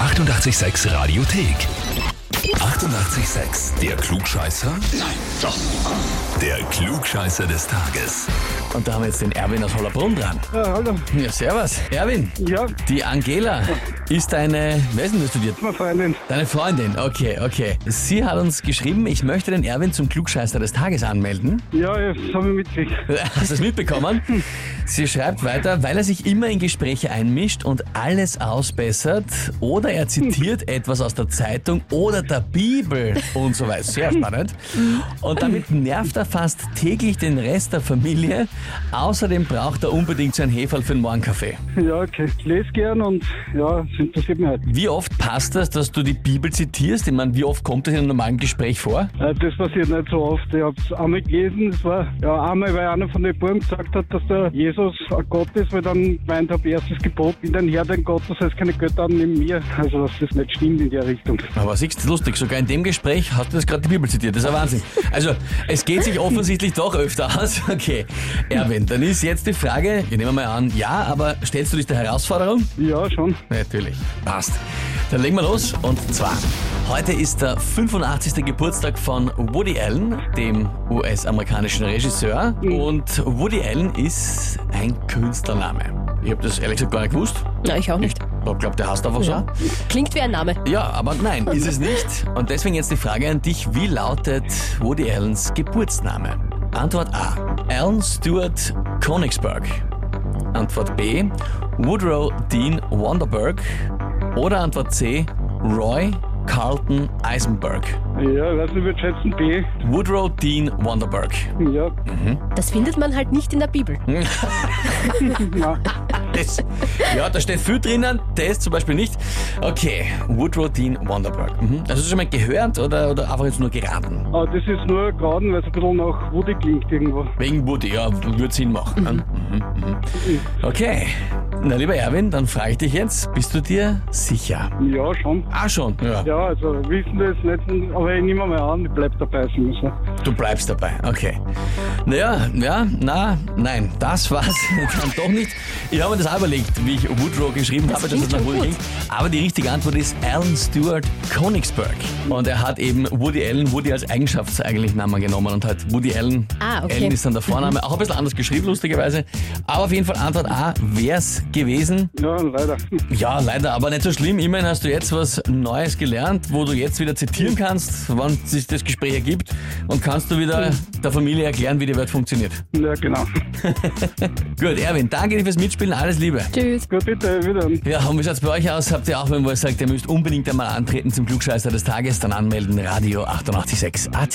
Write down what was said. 886 Radiothek. 88,6. Der Klugscheißer? Nein, doch. Der Klugscheißer des Tages. Und da haben wir jetzt den Erwin aus Hollerbrunn dran. Ja, hallo. Ja, servus. Erwin, Ja, die Angela ist deine, wer ist denn das studiert? meine Freundin. Deine Freundin, okay, okay. Sie hat uns geschrieben, ich möchte den Erwin zum Klugscheißer des Tages anmelden. Ja, ja, das habe ich mitgekriegt. Hast du es mitbekommen? Sie schreibt weiter, weil er sich immer in Gespräche einmischt und alles ausbessert oder er zitiert etwas aus der Zeitung oder der Bibel und so weiter. Sehr spannend. Und damit nervt er fast täglich den Rest der Familie. Außerdem braucht er unbedingt sein Heferl für den Morgenkaffee. Ja, okay. Ich lese gern und ja, es interessiert mich halt. Wie oft passt das, dass du die Bibel zitierst? Ich meine, wie oft kommt das in einem normalen Gespräch vor? Äh, Das passiert nicht so oft. Ich habe es einmal gelesen. Es war ja einmal, weil einer von den Buben gesagt hat, dass der Jesus ein Gott ist, weil dann gemeint habe, erstes Gebot, bin dein Herr, dein Gott, das heißt keine Götter neben mir. Also, dass das nicht stimmt in der Richtung. Aber siehst du, lustig, sogar in dem Gespräch hast du das gerade die Bibel zitiert. Das ist ja Wahnsinn. Also, es geht sich offensichtlich doch öfter aus. Okay, Erwin, dann ist jetzt die Frage, ich nehme mal an, ja, aber stellst du dich der Herausforderung? Ja, schon. Natürlich. Passt. Dann legen wir los. Und zwar, heute ist der 85. Geburtstag von Woody Allen, dem US-amerikanischen Regisseur. Und Woody Allen ist ein Künstlername. Ich habe das ehrlich gesagt gar nicht gewusst. Na, ich auch Ich nicht. glaube, der heißt einfach so. Ja. Klingt wie ein Name. Ja, aber nein, ist es nicht. Und deswegen jetzt die Frage an dich, wie lautet Woody Allens Geburtsname? Antwort A. Alan Stewart Konigsberg. Antwort B. Woodrow Dean Wonderberg. Oder Antwort C. Roy Carlton Eisenberg. Ja, ich weiß nicht, ich würde schätzen B. Woodrow Dean Wonderberg. Ja, Das findet man halt nicht in der Bibel. na, Das, ja, da steht viel drinnen, das zum Beispiel nicht. Okay, Woodrow Dean Wonderberg. Mhm. Hast du schon mal gehört oder, oder einfach jetzt nur geraten? aber Ah, das ist nur geraden, weil es ein bisschen nach Woody klingt irgendwo. Wegen Woody, ja, würde Sinn machen. ne? Mhm. Mhm. Okay. Na, lieber Erwin, dann frage ich dich jetzt, bist du dir sicher? Ja, schon. Ah, schon. Ja. Ja, also wissen das nicht, aber ich nehme mal an, ich bleib dabei. so muss man. Du bleibst dabei. Okay. Naja, ja, na, nein, das war's dann doch nicht. Ich habe mir das auch überlegt, wie ich Woodrow geschrieben Das habe, dass es klingt nach schon Woody ging. gut. Aber die richtige Antwort ist Alan Stewart Konigsberg. Und er hat eben Woody Allen, Woody als Eigenschaftsnamen genommen und hat Woody Allen. Ah, okay. Allen ist dann der Vorname. Auch ein bisschen anders geschrieben, lustigerweise. Aber auf jeden Fall Antwort A wär's gewesen. Ja, leider. Ja, leider, aber nicht so schlimm. Immerhin hast du jetzt was Neues gelernt, wo du jetzt wieder zitieren kannst, wann sich das Gespräch ergibt und kannst du wieder der Familie erklären, wie die Welt funktioniert. Ja, genau. Gut, Erwin, danke dir fürs Mitspielen, alles Liebe. Tschüss. Gut, bitte, wieder. Ja, und wie schaut's bei euch aus? Habt ihr auch, wenn ihr sagt, ihr müsst unbedingt einmal antreten zum Klugscheißer des Tages, dann anmelden, Radio 886 AT.